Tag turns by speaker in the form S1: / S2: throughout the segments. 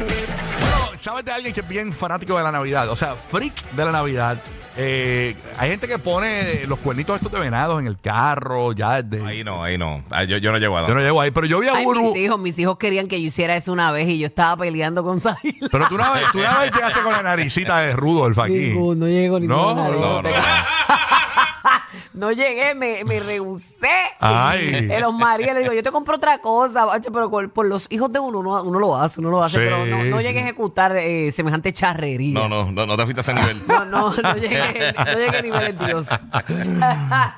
S1: Bueno, ¿sabes de alguien que es bien fanático de la Navidad? O sea, freak de la Navidad. Eh, hay gente que pone los cuernitos estos de venados en el carro, ya desde...
S2: Ahí no, ahí no. Ah, Yo, yo no llego a
S1: Yo no llego ahí, pero yo vi a
S3: Ay,
S1: uno...
S3: mis hijos, mis hijos querían que yo hiciera eso una vez y yo estaba peleando con Sahil.
S1: Pero tú una, vez, tú una vez llegaste con la naricita de Rudolf aquí.
S3: no llego ni
S1: No,
S3: nada,
S1: no,
S3: te-
S1: no.
S3: No llegué, me, me rehusé.
S1: Ay.
S3: En los marías le digo, yo te compro otra cosa, bache, pero con- por los hijos de uno, uno, uno lo hace, uno lo hace,
S1: Sí.
S3: pero no, no llegué a ejecutar eh, semejante charrería.
S2: No, no, no, no te
S1: Ah,
S2: fuiste a ese nivel.
S3: No, no, no llegué, no llegué a niveles Dios.
S1: Pues,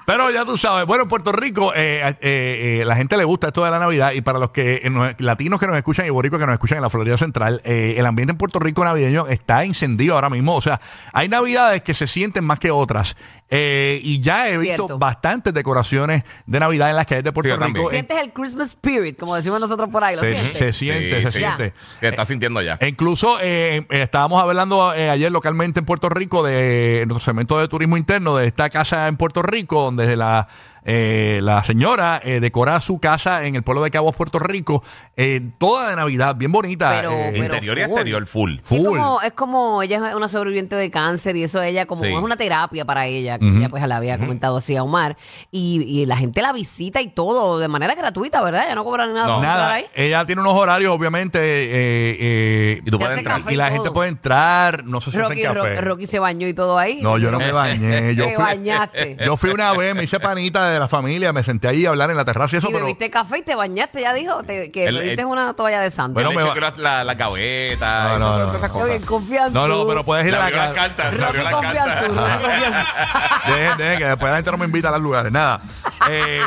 S1: Pero ya tú sabes, bueno, en Puerto Rico eh, eh, eh, la gente le gusta esto de la Navidad y para los que eh, nos- latinos que nos escuchan y boricos que nos escuchan en la Florida Central, eh, el ambiente en Puerto Rico navideño está encendido ahora mismo. O sea, hay Navidades que se sienten más que otras. Eh, y ya he visto
S3: Cierto.
S1: bastantes decoraciones de Navidad en las calles de Puerto
S2: Sí, yo
S1: Rico.
S2: también.
S1: Eh,
S3: Sientes el Christmas spirit, como decimos nosotros por ahí, lo
S1: se,
S3: sientes.
S1: se siente,
S2: Sí,
S1: se
S2: sí.
S1: siente.
S2: Te estás sintiendo ya.
S1: E Incluso eh, eh, estábamos hablando eh, ayer localmente en Puerto Rico de nuestro segmento de turismo interno de esta casa en Puerto Rico, donde la, eh, la señora eh, decora su casa en el pueblo de Cabos, Puerto Rico, eh, toda de Navidad, bien bonita.
S3: Pero-
S1: eh,
S3: pero-
S2: Interior y
S3: full.
S2: exterior full.
S3: Es
S1: full.
S3: como, es como ella es una sobreviviente de cáncer y eso ella como
S2: Sí.
S3: es una terapia para ella, que ella pues la había comentado así a Omar. Y, y la gente la visita y todo de manera gratuita, ¿verdad? Ya no cobran nada.
S2: No.
S3: por entrar
S1: Nada,
S3: ahí.
S1: ella tiene unos horarios, obviamente, eh, eh,
S2: Y tú
S3: Ya
S2: puedes
S3: sé
S2: entrar.
S3: café.
S1: y la
S3: todo.
S1: gente puede entrar, no sé si
S3: Rocky,
S1: hacen
S3: Ro-
S1: café.
S3: Rocky se bañó y todo ahí.
S1: No, yo no me bañé. Yo
S3: Te
S1: fui,
S3: bañaste.
S1: yo fui una vez, me hice panita de la familia, me senté ahí a hablar en la terraza y eso,
S3: y
S1: pero...
S3: bebiste café y te bañaste, ya dijo, te- que
S2: El-
S3: bebiste
S2: el-
S3: una toalla de santa.
S1: Bueno,
S2: Bueno,
S1: me
S2: me
S1: va-
S2: la, la gaveta,
S1: No, no,
S2: y todas
S1: no,
S2: esas
S1: no.
S3: Oye,
S2: cosas.
S3: confianza.
S1: No, no, pero pues, puedes ir
S2: Le
S1: a la
S2: abrió las
S1: casa.
S2: cartas, le
S3: Rocky
S2: abrió las
S3: confianza,
S2: cartas.
S1: Ah,
S3: Rocky confianza.
S1: Dejen, dejen, que después la gente no me invita a los lugares. Nada. Eh,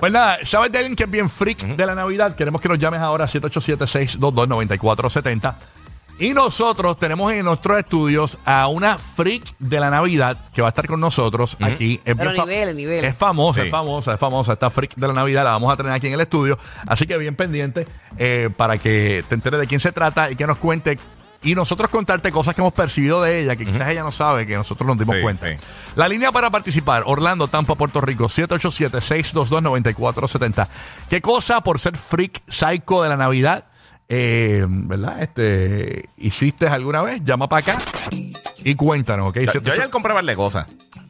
S1: pues nada, ¿sabes de alguien que es bien freak de la Navidad? Queremos que nos llames ahora 787-622-9470. Y nosotros tenemos en nuestros estudios a una freak de la Navidad que va a estar con nosotros aquí. Es
S3: Pero
S1: bien fa-
S3: niveles, niveles.
S1: Es famosa,
S2: Sí.
S1: es famosa, es famosa. Esta freak de la Navidad la vamos a tener aquí en el estudio. Así que bien pendiente eh, para que te enteres de quién se trata y que nos cuente. Y nosotros contarte cosas que hemos percibido de ella, que quizás ella no sabe, que nosotros nos dimos
S2: Sí,
S1: cuenta.
S2: sí.
S1: La línea para participar, Orlando, Tampa, Puerto Rico, 787-622-9470. ¿Qué cosa por ser freak psycho de la Navidad, eh, ¿verdad? Este, ¿Hiciste alguna vez? Llama para acá y cuéntanos, ¿ok?
S2: Yo ayer
S1: 787-
S2: compré varias cosas.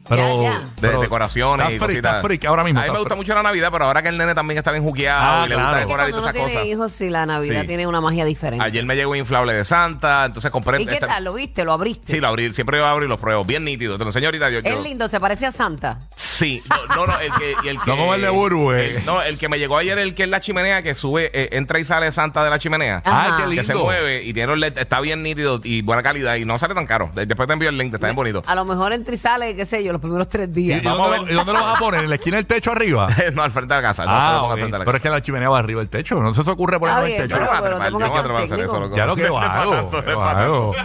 S1: pero,
S3: Ya, ya. De
S2: De
S1: pero-
S2: decoraciones
S1: Está
S2: y
S1: freak,
S2: cositas.
S1: está freak ahora mismo.
S2: A mí
S1: está
S2: me gusta
S1: freak.
S2: mucho la Navidad, pero ahora que el nene también está bien juqueado
S1: Ah,
S2: y le
S1: claro.
S2: gusta
S1: Es que
S2: decorar y
S3: Cuando
S2: todas
S3: no
S2: esas
S3: tiene
S2: cosas.
S3: hijos, sí, la Navidad
S2: Sí.
S3: tiene una magia diferente.
S2: Ayer me llegó un inflable de Santa, entonces compré...
S3: ¿Y qué
S2: esta-
S3: tal? ¿Lo viste? ¿Lo abriste?
S2: Sí, lo abrí, siempre lo abro y lo pruebo, bien nítido. Te lo enseño ahorita. Yo, yo-
S3: Es lindo, se parece a Santa.
S2: Sí, no, no, no, el que, y el que
S1: No como el de Burbu, eh.
S2: el- no, el que me llegó ayer, el que es la chimenea, que sube, eh, entra y sale Santa de la chimenea.
S1: Ah,
S3: Ajá.
S1: qué lindo.
S2: Que se mueve y tiene los LED, está bien nítido y buena calidad y no sale tan caro. De- Después te envío el link, está bien bonito.
S3: A lo mejor entra y sale, qué sé yo, los primeros tres
S1: ¿Y, y
S3: días.
S2: Vamos
S1: dónde
S2: a
S1: lo,
S2: ver.
S1: y dónde lo vas a poner? ¿En la esquina del techo arriba?
S2: no, al frente de la casa. No, se lo
S1: ah,
S2: pongo
S1: ok.
S2: al frente de
S1: pero
S2: la casa. Ah,
S1: es que la chimenea va arriba del techo. No se os ocurre ponerlo en el
S3: bien,
S1: techo.
S2: Yo no me
S3: Pero
S2: atrevo,
S3: te
S2: yo no me
S3: pongas
S2: atrevo a hacer
S3: técnico.
S2: eso. loco.
S1: Ya lo que
S2: No es
S1: va,
S2: para
S1: algo,
S2: tanto, no es
S1: va,
S2: para tanto.
S1: algo.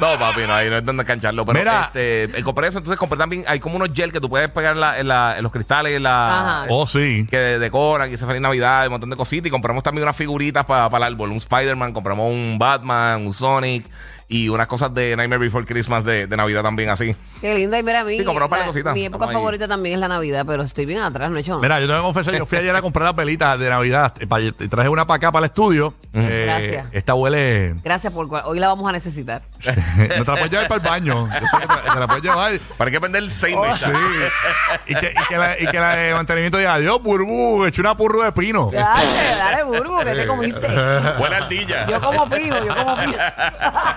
S2: No, papi, no, ahí no es donde engancharlo. Pero
S1: Mira.
S2: este, eh, compré eso, entonces compré también, hay como unos gel que tú puedes pegar en, la- en la- en los cristales, en la,
S3: Ajá.
S1: Oh, sí.
S2: que decoran, que se feliz Navidad, un montón de cositas. Y compramos también unas figuritas para el árbol, un Spider-Man, compramos un Batman, un Sonic y unas cosas de Nightmare Before Christmas de, de Navidad también así.
S3: Qué linda, y mira a mí.
S2: Sí, compró un par de
S3: la-
S2: cositas.
S3: mi época
S2: Estamos ahí.
S3: favorita también es la Navidad, pero estoy bien atrás, no he hecho nada.
S1: Mira, yo tengo que confesar, yo fui ayer a comprar las velitas de Navidad. eh, pa- y Traje una para acá, para el estudio. Eh,
S3: Gracias.
S1: Esta huele...
S3: Gracias por cual- hoy la vamos a necesitar.
S1: no te la puedes llevar para el baño. Yo sé que te, la- te la puedes llevar.
S2: ¿Para qué vender seis
S1: Oh, Sí.
S2: meses?
S1: Y que, y que la, y que la de mantenimiento diga, Dios, burbu, eché una purru de pino.
S3: Dale, dale, Burbu, que te comiste.
S2: Buena ardilla.
S3: Yo como pino, yo como pino.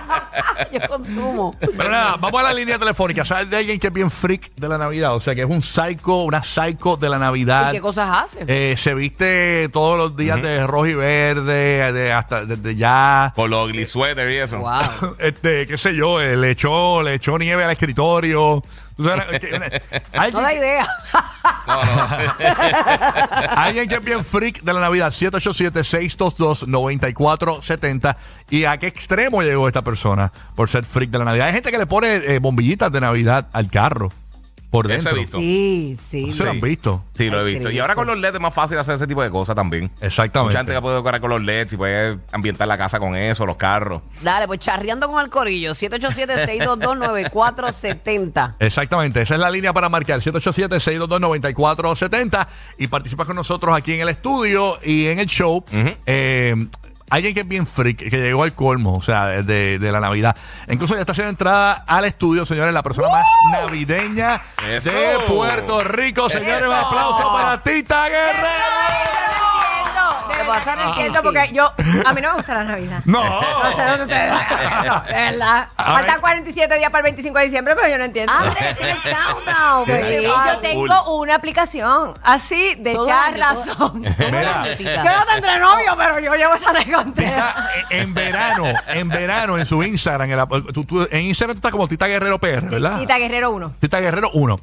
S3: yo consumo.
S1: Pero nada, vamos a la línea telefónica. ¿Sabes de alguien que es bien freak de la Navidad? O sea, que es un psycho, una psycho de la Navidad.
S3: ¿Y qué cosas hace?
S1: Eh, se viste todos los días de rojo y verde, de- hasta desde ya.
S2: Con los ugly sweater y eso.
S3: Wow.
S1: Este, qué sé yo, eh, le echó, le echó nieve al escritorio. Tú sabes, que-
S3: No da
S1: alguien,
S3: idea.
S2: No, no.
S1: Alguien que es bien freak de la Navidad, 787-622-9470. ¿Y a qué extremo llegó esta persona por ser freak de la Navidad? Hay gente que le pone eh, bombillitas de Navidad al carro por
S2: Eso he
S1: dentro.
S2: visto.
S3: Sí, sí.
S1: Se lo han
S2: Sí.
S1: visto.
S2: Sí, lo he
S3: Ay,
S2: visto. Y
S3: Cristo.
S2: ahora con los LEDs es más fácil hacer ese tipo de cosas también. Mucha gente
S1: Exactamente.
S2: que puede decorar con los LEDs y puede ambientar la casa con eso, los carros.
S3: Dale, pues charreando con el corillo. 787-622-9470.
S1: Exactamente, esa es la línea para marcar 787-622-9470 y participas con nosotros aquí en el estudio y en el show. Eh, alguien que es bien freak, que llegó al colmo, o sea, de, de la Navidad. Incluso ya está haciendo entrada al estudio, señores, la persona más navideña
S2: Eso.
S1: de Puerto Rico. Señores, un
S4: Eso.
S1: aplauso para Tita Guerrero.
S4: entiendo.
S3: Te
S4: De
S3: vas a
S4: verdad no entiendo
S3: arrepentir.
S4: porque yo. A mí no me gusta la Navidad.
S1: No.
S4: No sé dónde ustedes. De verdad.
S1: A ver.
S4: Faltan 47 días para el 25 de diciembre, pero yo no entiendo.
S3: Andrés, Ah, tiene countdown,
S4: Sí,
S3: baby.
S4: yo tengo una aplicación así de
S3: Todo año,
S4: charlazón.
S1: Mira.
S4: Yo no tendré novio, pero yo llevo esa
S1: Tita,
S4: recontera.
S1: eh, en verano, en verano, en su Instagram, en, la- tú- tú- en Instagram tú estás como Tita Guerrero PR, ¿verdad?
S4: Tita Guerrero 1.
S1: Tita Guerrero 1.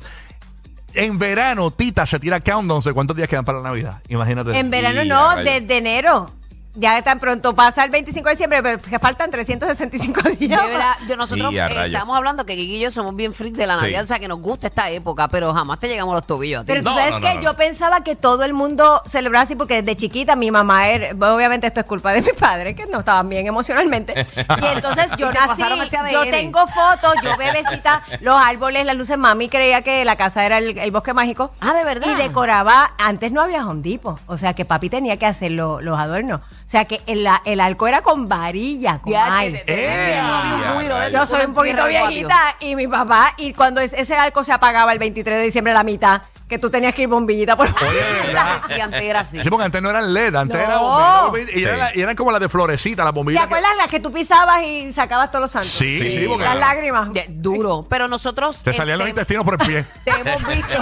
S1: En verano, Tita se tira countdown de cuántos días quedan para la Navidad. Imagínate.
S4: En verano
S2: Y a
S4: no,
S2: rayos.
S4: desde enero. Ya tan pronto pasa el 25 de diciembre, pero que faltan 365 días.
S3: De verdad, de nosotros
S2: Y
S3: eh,
S2: a rayos.
S3: estamos hablando que Kiki y yo somos bien freak de la
S2: Sí.
S3: Navidad, o sea que nos gusta esta época, pero jamás te llegamos a los tobillos. a ti.
S4: Pero tú
S2: No,
S4: sabes
S2: no, no,
S4: que
S2: no,
S4: yo
S2: no.
S4: pensaba que todo el mundo celebraba así porque desde chiquita mi mamá era, bueno, obviamente esto es culpa de mi padre que no estaban bien emocionalmente y entonces yo
S3: Te
S4: nací,
S3: pasaron ese
S4: yo
S3: ADN.
S4: tengo fotos, yo bebecita, los árboles, las luces, mami creía que la casa era el, el bosque mágico.
S3: Ah, ¿de verdad?
S4: Y decoraba, antes no había jondipo, o sea que papi tenía que hacer lo- los adornos, o sea que el, el arco era con varilla, con
S3: Ya, che,
S4: aire.
S3: te- te- te-
S1: Eh.
S3: te- te- te- un muiro de esos,
S4: Yo soy
S3: una
S4: un poquito
S3: entierra en el patio.
S4: viejita y mi papá, y cuando es- ese arco se apagaba el 23 de diciembre a la mitad, que tú tenías que ir bombillita por
S1: ¿verdad?
S3: Sí, antes era así.
S1: Sí, porque antes no eran LED, antes
S4: No.
S1: era bombilla, bombilla, y,
S2: Sí.
S1: eran la- y eran como las de florecita, las
S4: ¿Te
S1: bombillas. que-
S4: acuerdas las que tú pisabas y sacabas todos los santos?
S1: Sí, sí,
S2: Sí,
S1: porque
S4: Las lágrimas.
S3: De- duro. Pero nosotros.
S1: te
S3: eh,
S1: salían los
S3: te-
S1: intestinos por el pie.
S3: Te hemos visto.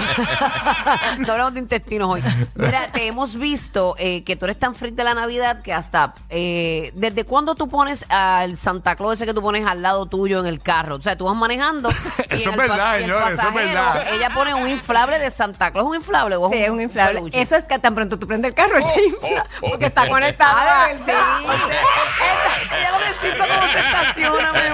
S3: no hablamos de intestinos hoy. Mira, te hemos visto eh, que tú eres tan freak de la Navidad que hasta. eh, ¿Desde cuándo tú pones al Santa Claus ese que tú pones al lado tuyo en el carro? O sea, tú vas manejando. y
S1: Eso
S3: en
S1: es
S3: el
S1: verdad,
S3: pas- y el
S1: señores, eso es
S3: pasajero,
S1: verdad.
S3: Ella pone un inflable de Santa Claus. ¿Un inflable o es
S4: Sí, es un inflable.
S3: peluche?
S4: Eso es que tan pronto tú prendes el carro,
S1: Oh,
S4: él se infla, porque está conectado.
S3: Ah,
S4: al-
S3: sí. Ella- ella lo descifra cómo se estaciona, me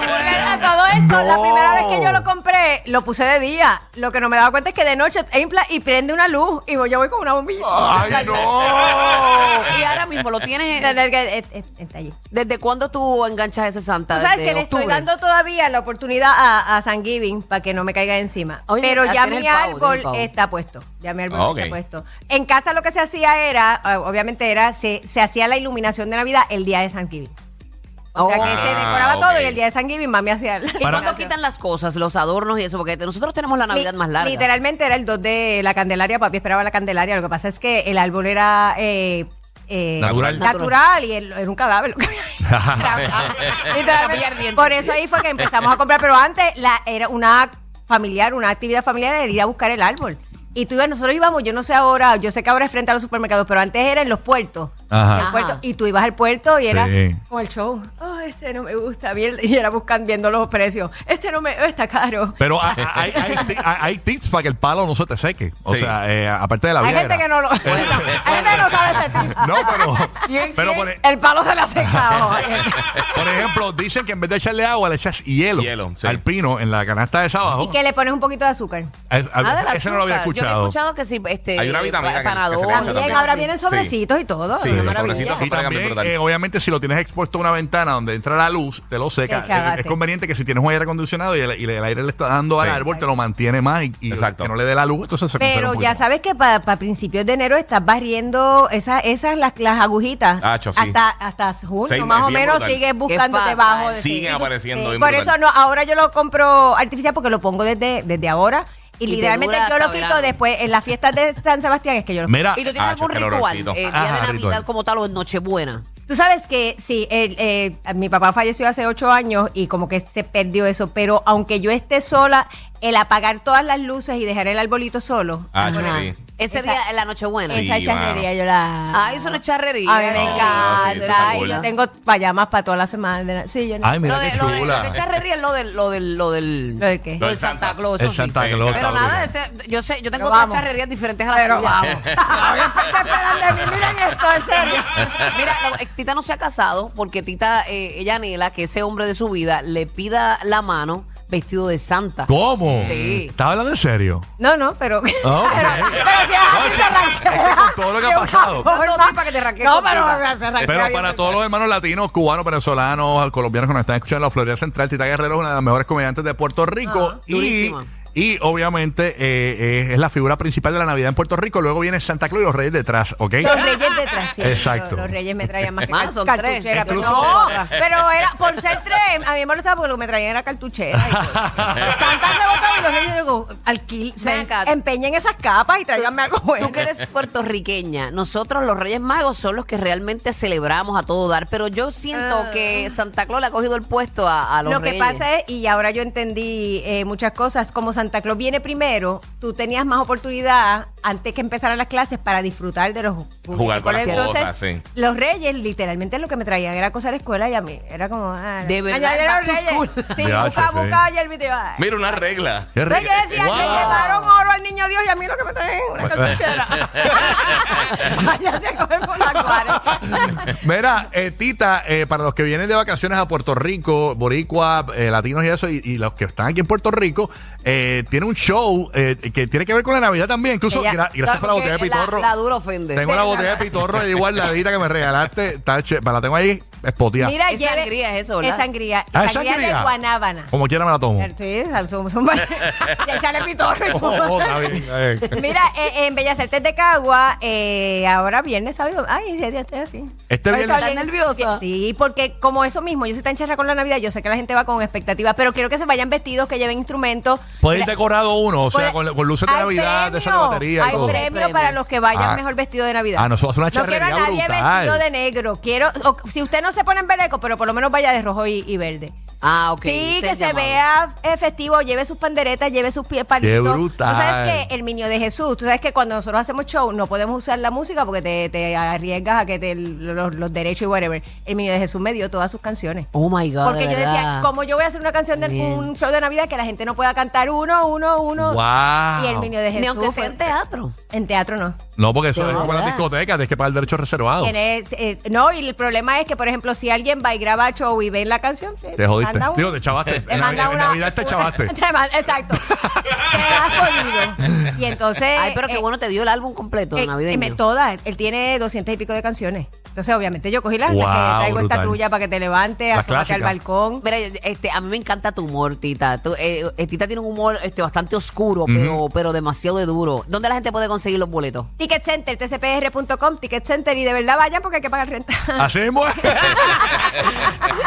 S3: muero.
S4: Mira, Todo esto,
S1: No.
S4: la primera vez que yo lo compré, lo puse de día. Lo que no me daba cuenta es que de noche él infla y prende una luz y voy- yo voy con una bombilla.
S1: ¡Ay, no!
S3: Oh, Y ahora mismo lo tienes.
S4: La nalga, eh, eh, está allí.
S3: ¿Desde cuándo tú enganchas ese Santa?
S4: Tú sabes
S3: ¿Desde
S4: que le estoy
S3: Ah, octubre?
S4: dando todavía la oportunidad a, a San Giving para que no me caiga encima.
S3: Oye,
S4: Pero
S3: ah,
S4: ya
S3: tiene
S4: mi
S3: el pavo, tiene el
S4: árbol
S3: pavo.
S4: está puesto. Ya mi árbol
S2: Ah, ok.
S4: está puesto. En casa lo que se hacía era, ah, obviamente era, se, se hacía la iluminación de Navidad el día de San Giving. O sea
S3: Oh.
S4: que este- se
S2: Ah,
S4: decoraba
S2: ok.
S4: todo y el día de San Giving mami hacía la
S3: ¿Y cuándo
S4: iluminación.
S3: quitan las cosas, los adornos y eso? Porque nosotros tenemos la Navidad
S4: Li-
S3: más larga.
S4: Literalmente era el 2 de la Candelaria, papi esperaba la Candelaria. Lo que pasa es que el árbol era eh, eh,
S1: Natural.
S4: natural y el- era un cadáver. lo que había ahí. Era- literalmente. Por eso ahí fue que empezamos a comprar. Pero antes la, era una familiar, una actividad familiar era ir a buscar el árbol. Y tú ibas, nosotros íbamos, yo no sé ahora, yo sé que ahora es frente a los supermercados, pero antes era en los puertos.
S1: Ajá.
S4: El
S3: Ajá.
S4: puerto, y tú ibas al puerto y era
S1: Sí.
S4: como el show. Oh, este no me gusta. bien", Y era buscando, viendo los precios. Este no me, oh, está caro.
S1: Pero hay, hay- hay ti- hay- hay tips para que el palo no se te seque. O
S2: Sí.
S1: sea, eh, aparte de la
S4: Hay
S1: vida.
S4: gente que no lo. Hay gente que no sabe ese tipo.
S1: No, pero.
S4: ¿Quién-
S1: pero
S4: quién?
S1: por, e-
S4: el palo se le ha secado.
S1: por ejemplo, dicen que en vez de echarle agua, le echas hielo,
S2: Hielo, sí.
S1: al pino en la canasta de esa abajo.
S4: y que le pones un poquito de azúcar.
S1: Al- al-
S3: Ah, del
S1: ese no lo había
S3: azúcar. Yo he
S1: escuchado.
S3: escuchado que sí, este,
S2: Hay una vitamina
S3: pa-
S2: que- que se le
S3: panadol,
S2: echa
S3: algo
S4: También
S2: sí,
S4: ahora
S3: así.
S4: vienen sobrecitos y todo.
S2: Sí,
S4: una
S2: los
S4: maravilla.
S2: sobrecitos.
S1: Y
S2: Eso pegan bien
S1: también,
S2: brutal.
S1: eh, obviamente, si lo tienes expuesto a una ventana donde entra la luz, te lo seca.
S4: Te chagaste.
S1: Es, es conveniente que si tienes un aire acondicionado y el, y el aire le está dando al
S2: Sí.
S1: árbol, te lo mantiene más y, y
S2: Exacto.
S1: que no le dé la luz, entonces se conserva
S4: Pero
S1: un
S4: ya
S1: poquito.
S4: sabes que para principios de enero estás barriendo esas, esas las, las agujitas.
S2: Hacho, sí.
S4: Hasta, hasta junio,
S2: Sí,
S4: más
S2: es
S4: o
S2: bien
S4: menos,
S2: brutal.
S4: sigues
S3: Qué
S4: buscando
S3: fatal.
S4: debajo de
S2: Siguen
S4: sí. Y tú-
S2: apareciendo, bien
S4: Por
S2: brutal.
S4: eso no, ahora yo lo compro artificial porque lo pongo desde, desde ahora. Y,
S3: Y te
S4: literalmente
S3: dura
S4: yo
S3: hasta
S4: lo quito
S3: verano.
S4: después en las fiestas de San Sebastián es que yo lo
S1: Mira,
S3: ¿Y tú tienes
S2: Ah,
S3: algún
S2: qué
S3: ritual?
S2: calorcito.
S3: eh, día
S1: Ajá,
S3: de Navidad
S1: ritual.
S3: como tal o en Nochebuena.
S4: Tú sabes que sí, el- eh, mi papá falleció hace ocho años y como que se perdió eso, pero
S1: oh,
S4: aunque yo esté sola, el apagar todas las luces y dejar el arbolito solo,
S2: Ah,
S4: ajá,
S2: sí.
S3: Ese
S4: Esa-
S3: día es la Nochebuena.
S2: Sí.
S4: Esa charrería yo la.
S3: Ay, Ah, eso no es charrería.
S4: A mí me
S2: No, sí, eso está
S4: encanta. Ay,
S2: cool.
S4: yo tengo payamas para toda la semana. de la- Sí, yo no.
S1: Ay, mira
S3: Lo de,
S1: qué
S3: lo de- lo
S1: chula.
S3: que es charrería es lo del, lo del, lo del,
S4: ¿Lo del qué?
S3: lo del Santa Claus. eso
S1: El
S3: sí.
S1: Santa Claus.
S3: Pero
S1: está
S3: nada,
S1: brutal.
S3: ese- yo sé, yo tengo
S4: Pero
S3: otras
S4: vamos.
S3: charrerías diferentes a las
S4: Pero
S3: tuyas.
S4: vamos. Todavía está esperando de mí. Miren esto, en serio.
S3: Mira, lo- eh, Tita no se ha casado porque Tita, eh, ella anhela que ese hombre de su vida le pida la mano vestido de santa.
S1: ¿Cómo?
S3: Sí.
S1: ¿Estás hablando en serio?
S4: No, no, pero.
S1: Ah, ok.
S4: pero, pero si es así, se ranquea.
S1: con todo lo que ha
S4: De una
S1: pasado.
S4: forma.
S3: No, sí, para que te ranquee
S4: No,
S3: completa.
S4: pero se ranquea
S1: Pero
S4: bien
S1: para
S4: brutal.
S1: todos los hermanos latinos, cubanos, venezolanos, colombianos que nos están escuchando en la Florida Central, Tita Guerrero es una de las mejores comediantes de Puerto Rico.
S3: Ah,
S1: y,
S3: durísima.
S1: y obviamente eh, es, es la figura principal de la Navidad en Puerto Rico. Luego viene Santa Claus y los Reyes detrás, ¿ok?
S4: Los reyes detrás. sí.
S1: Exacto.
S4: Los, los reyes me traían más que
S3: Ah,
S4: car-
S3: son tres.
S4: cartuchera. Pero
S3: Incluso-
S4: no, pero era por ser tres. A mí me molestaba porque lo que me traían era cartuchera. y todo. Santa se botaba y los reyes, yo digo, alquil,
S3: Ven
S4: se
S3: acá.
S4: empeñen esas capas y tráiganme algo bueno.
S3: Tú que eres puertorriqueña, nosotros los Reyes Magos son los que realmente celebramos a todo dar, pero yo siento
S4: Ah.
S3: que Santa Claus le ha cogido el puesto a, a los
S4: Lo que
S3: Reyes.
S4: pasa es, y ahora yo entendí eh, muchas cosas, como Santa Claus viene primero, tú tenías más oportunidad antes que empezaran las clases para disfrutar de los juguetes.
S2: Jugar con las
S4: Entonces,
S2: cosas, sí.
S4: Los reyes, literalmente lo que me traían era cosas de escuela y a mí era como... ah,
S3: De verdad,
S4: ayer eran
S3: back to
S4: reyes.
S3: school.
S4: Sí,
S1: Ya,
S4: busca,
S1: sí.
S4: busca ayer, viste, yo, ay.
S2: Mira, una regla.
S1: Qué
S4: No,
S1: rico.
S4: yo decía
S2: Wow.
S4: que llevaron oro al niño Dios y a mí lo que me traen es una cartuchera. Vaya, se comen por la cuares.
S1: Mira, eh, Tita, eh, para los que vienen de vacaciones a Puerto Rico, boricua, eh, latinos y eso, y, y los que están aquí en Puerto Rico, eh, tiene un show eh, que tiene que ver con la Navidad también. Incluso,
S4: Ella-
S1: gra- gracias por la botella de
S3: Porque la-
S1: pitorro.
S3: La, dura ofende.
S1: Tengo la botella de pitorro de igualadita que me regalaste. Está che- la tengo ahí espoteada.
S4: Mira,
S3: Es
S4: lleve-
S3: sangría eso, ¿verdad?
S4: Es sangría. Y
S1: Ah, ¿es
S4: sangría
S1: sangría?
S4: de guanábana.
S1: Como quiera me la tomo.
S4: Sí, somos un Y echarle pitorro y todo.
S1: Oh. Oh, oh, está bien, está bien.
S4: Mira, eh, en Bellas Artes de Cagua, eh, ahora viernes, sábado. Ay, ya, ya estoy así.
S1: Este
S4: Ay,
S1: viernes-
S4: está bien.
S3: ¿Estás nerviosa?
S4: Sí, porque como eso mismo, yo soy tan charra con la Navidad, yo sé que la gente va con expectativas, pero quiero que se vayan vestidos, que lleven instrumentos.
S1: Puede ir
S4: La-
S1: decorado uno, o sea,
S4: Puede-
S1: con, con luces de
S4: Pues, Hay
S1: Navidad, de esa
S4: premio,
S1: batería y
S4: Hay
S1: todo.
S4: premio
S3: Premios.
S4: para los que vayan
S1: Ah.
S4: mejor vestido de Navidad.
S1: Ah, no, eso va a ser una
S4: No quiero a
S1: charrería
S4: nadie
S1: brutal.
S4: vestido de negro. Quiero, o- si usted no se pone en veleco, pero por lo menos vaya de rojo y, y verde.
S3: Ah, ok.
S4: sí,
S3: ese
S4: que
S3: es
S4: se
S3: llamado.
S4: vea eh, festivo, lleve sus panderetas, lleve sus pies palitos.
S1: ¡Qué brutal!
S4: Tú sabes que el niño de Jesús, tú sabes que cuando nosotros hacemos show no podemos usar la música porque te, te arriesgas a que te los, los derechos y whatever. El niño de Jesús me dio todas sus canciones.
S3: Oh my God.
S4: Porque
S3: de
S4: yo decía,
S3: verdad.
S4: como yo voy a hacer una canción de
S3: Bien.
S4: un show de Navidad que la gente no pueda cantar uno, uno, uno.
S1: Wow.
S4: Y el niño de Jesús.
S3: Ni aunque sea
S4: fue-
S3: en teatro.
S4: en teatro no.
S1: No, porque eso
S3: De
S1: es como las
S3: verdad.
S1: discotecas, tienes que pagar derechos reservados.
S4: Tienes, eh, no, y el problema es que, por ejemplo, si alguien va y graba show y ve la canción, te,
S1: Te jodiste.
S4: manda un-
S1: Digo, te chavaste.
S4: te
S1: En
S4: manda
S1: Navidad- en
S4: una-
S1: Navidad te chavaste.
S4: Te manda- exacto. te has jodido. Y entonces.
S3: Ay, pero qué
S4: eh,
S3: bueno te dio el álbum completo
S4: eh,
S3: navideño.
S4: me- todas. Él tiene 200 y pico de canciones. Entonces, obviamente, yo cogí las las
S1: Wow,
S4: que traigo esta
S1: brutal.
S4: trulla para que te levantes,
S1: Las
S4: asómate al
S1: clásicas.
S4: balcón.
S3: Mira, este, a mí me encanta tu humor, Tita. Tú, eh, eh, tita tiene un humor este, bastante oscuro, pero, pero demasiado de duro. ¿Dónde la gente puede conseguir los boletos?
S4: Ticket Center, tcpr.com, Ticket Center. Y de verdad vayan porque hay que pagar renta.
S1: Así mismo es.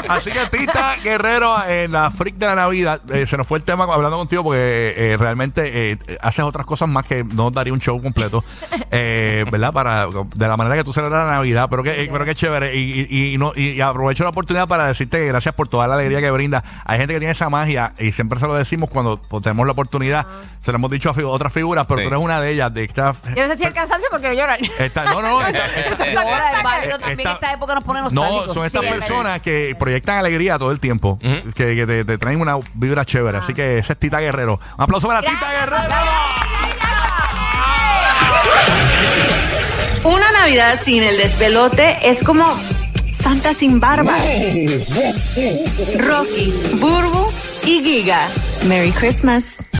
S1: Así que Tita Guerrero, en la freak de la Navidad, eh, se nos fue el tema hablando contigo porque eh, realmente eh, haces otras cosas más que no daría un show completo, eh, ¿verdad? Para, de la manera que tú celebras la Navidad, pero que, eh, pero que chévere. Y, y- y no, y aprovecho la oportunidad para decirte que gracias por toda la alegría que brinda. Hay gente que tiene esa magia y siempre se lo decimos cuando pues, tenemos la oportunidad. Se lo hemos dicho a fi- otras figuras, pero
S2: Sí.
S1: tú eres una de ellas, de esta...
S4: Yo no sé si el cansancio porque quiero llorar.
S1: esta- no, no, esta- esta-
S3: Y ahora es válido
S1: eh,
S3: también
S1: esta-
S3: esta época nos pone
S1: no,
S3: nostálgicos.
S1: son estas
S4: Sí, es
S1: personas que proyectan alegría todo el tiempo, que, que te, te traen una vibra chévere. Así que esa es Tita Guerrero. Un aplauso para Tita Guerrero.
S5: Una Navidad sin el despelote es como Santa sin barba. Rocky, Burbu y Giga. Merry Christmas.